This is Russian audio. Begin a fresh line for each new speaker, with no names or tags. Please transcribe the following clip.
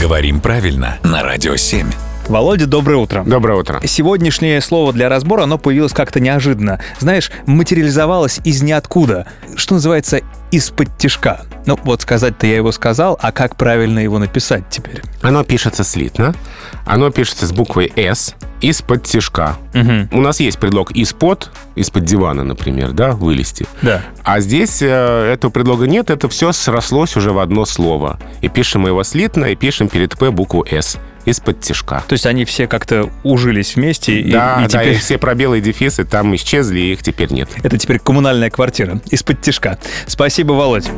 Говорим правильно на Радио 7.
Володя, доброе утро.
Доброе утро.
Сегодняшнее слово для разбора, оно появилось как-то неожиданно. Знаешь, материализовалось из ниоткуда. Что называется, из-под тишка. Ну, вот сказать-то я его сказал, а как правильно его написать теперь?
Оно пишется слитно, оно пишется с буквой «С», из-под тишка. У нас есть предлог «из-под», из-под дивана, например, да, вылезти.
Да.
А здесь э, этого предлога нет, это все срослось уже в одно слово. И пишем мы его слитно, и пишем перед «п» букву «С» из-под тишка.
То есть они все как-то ужились вместе, и,
да,
и
да,
теперь
и все пробелы и дефисы там исчезли, и их теперь нет.
это теперь коммунальная квартира из-под тишка. Спасибо, Володь.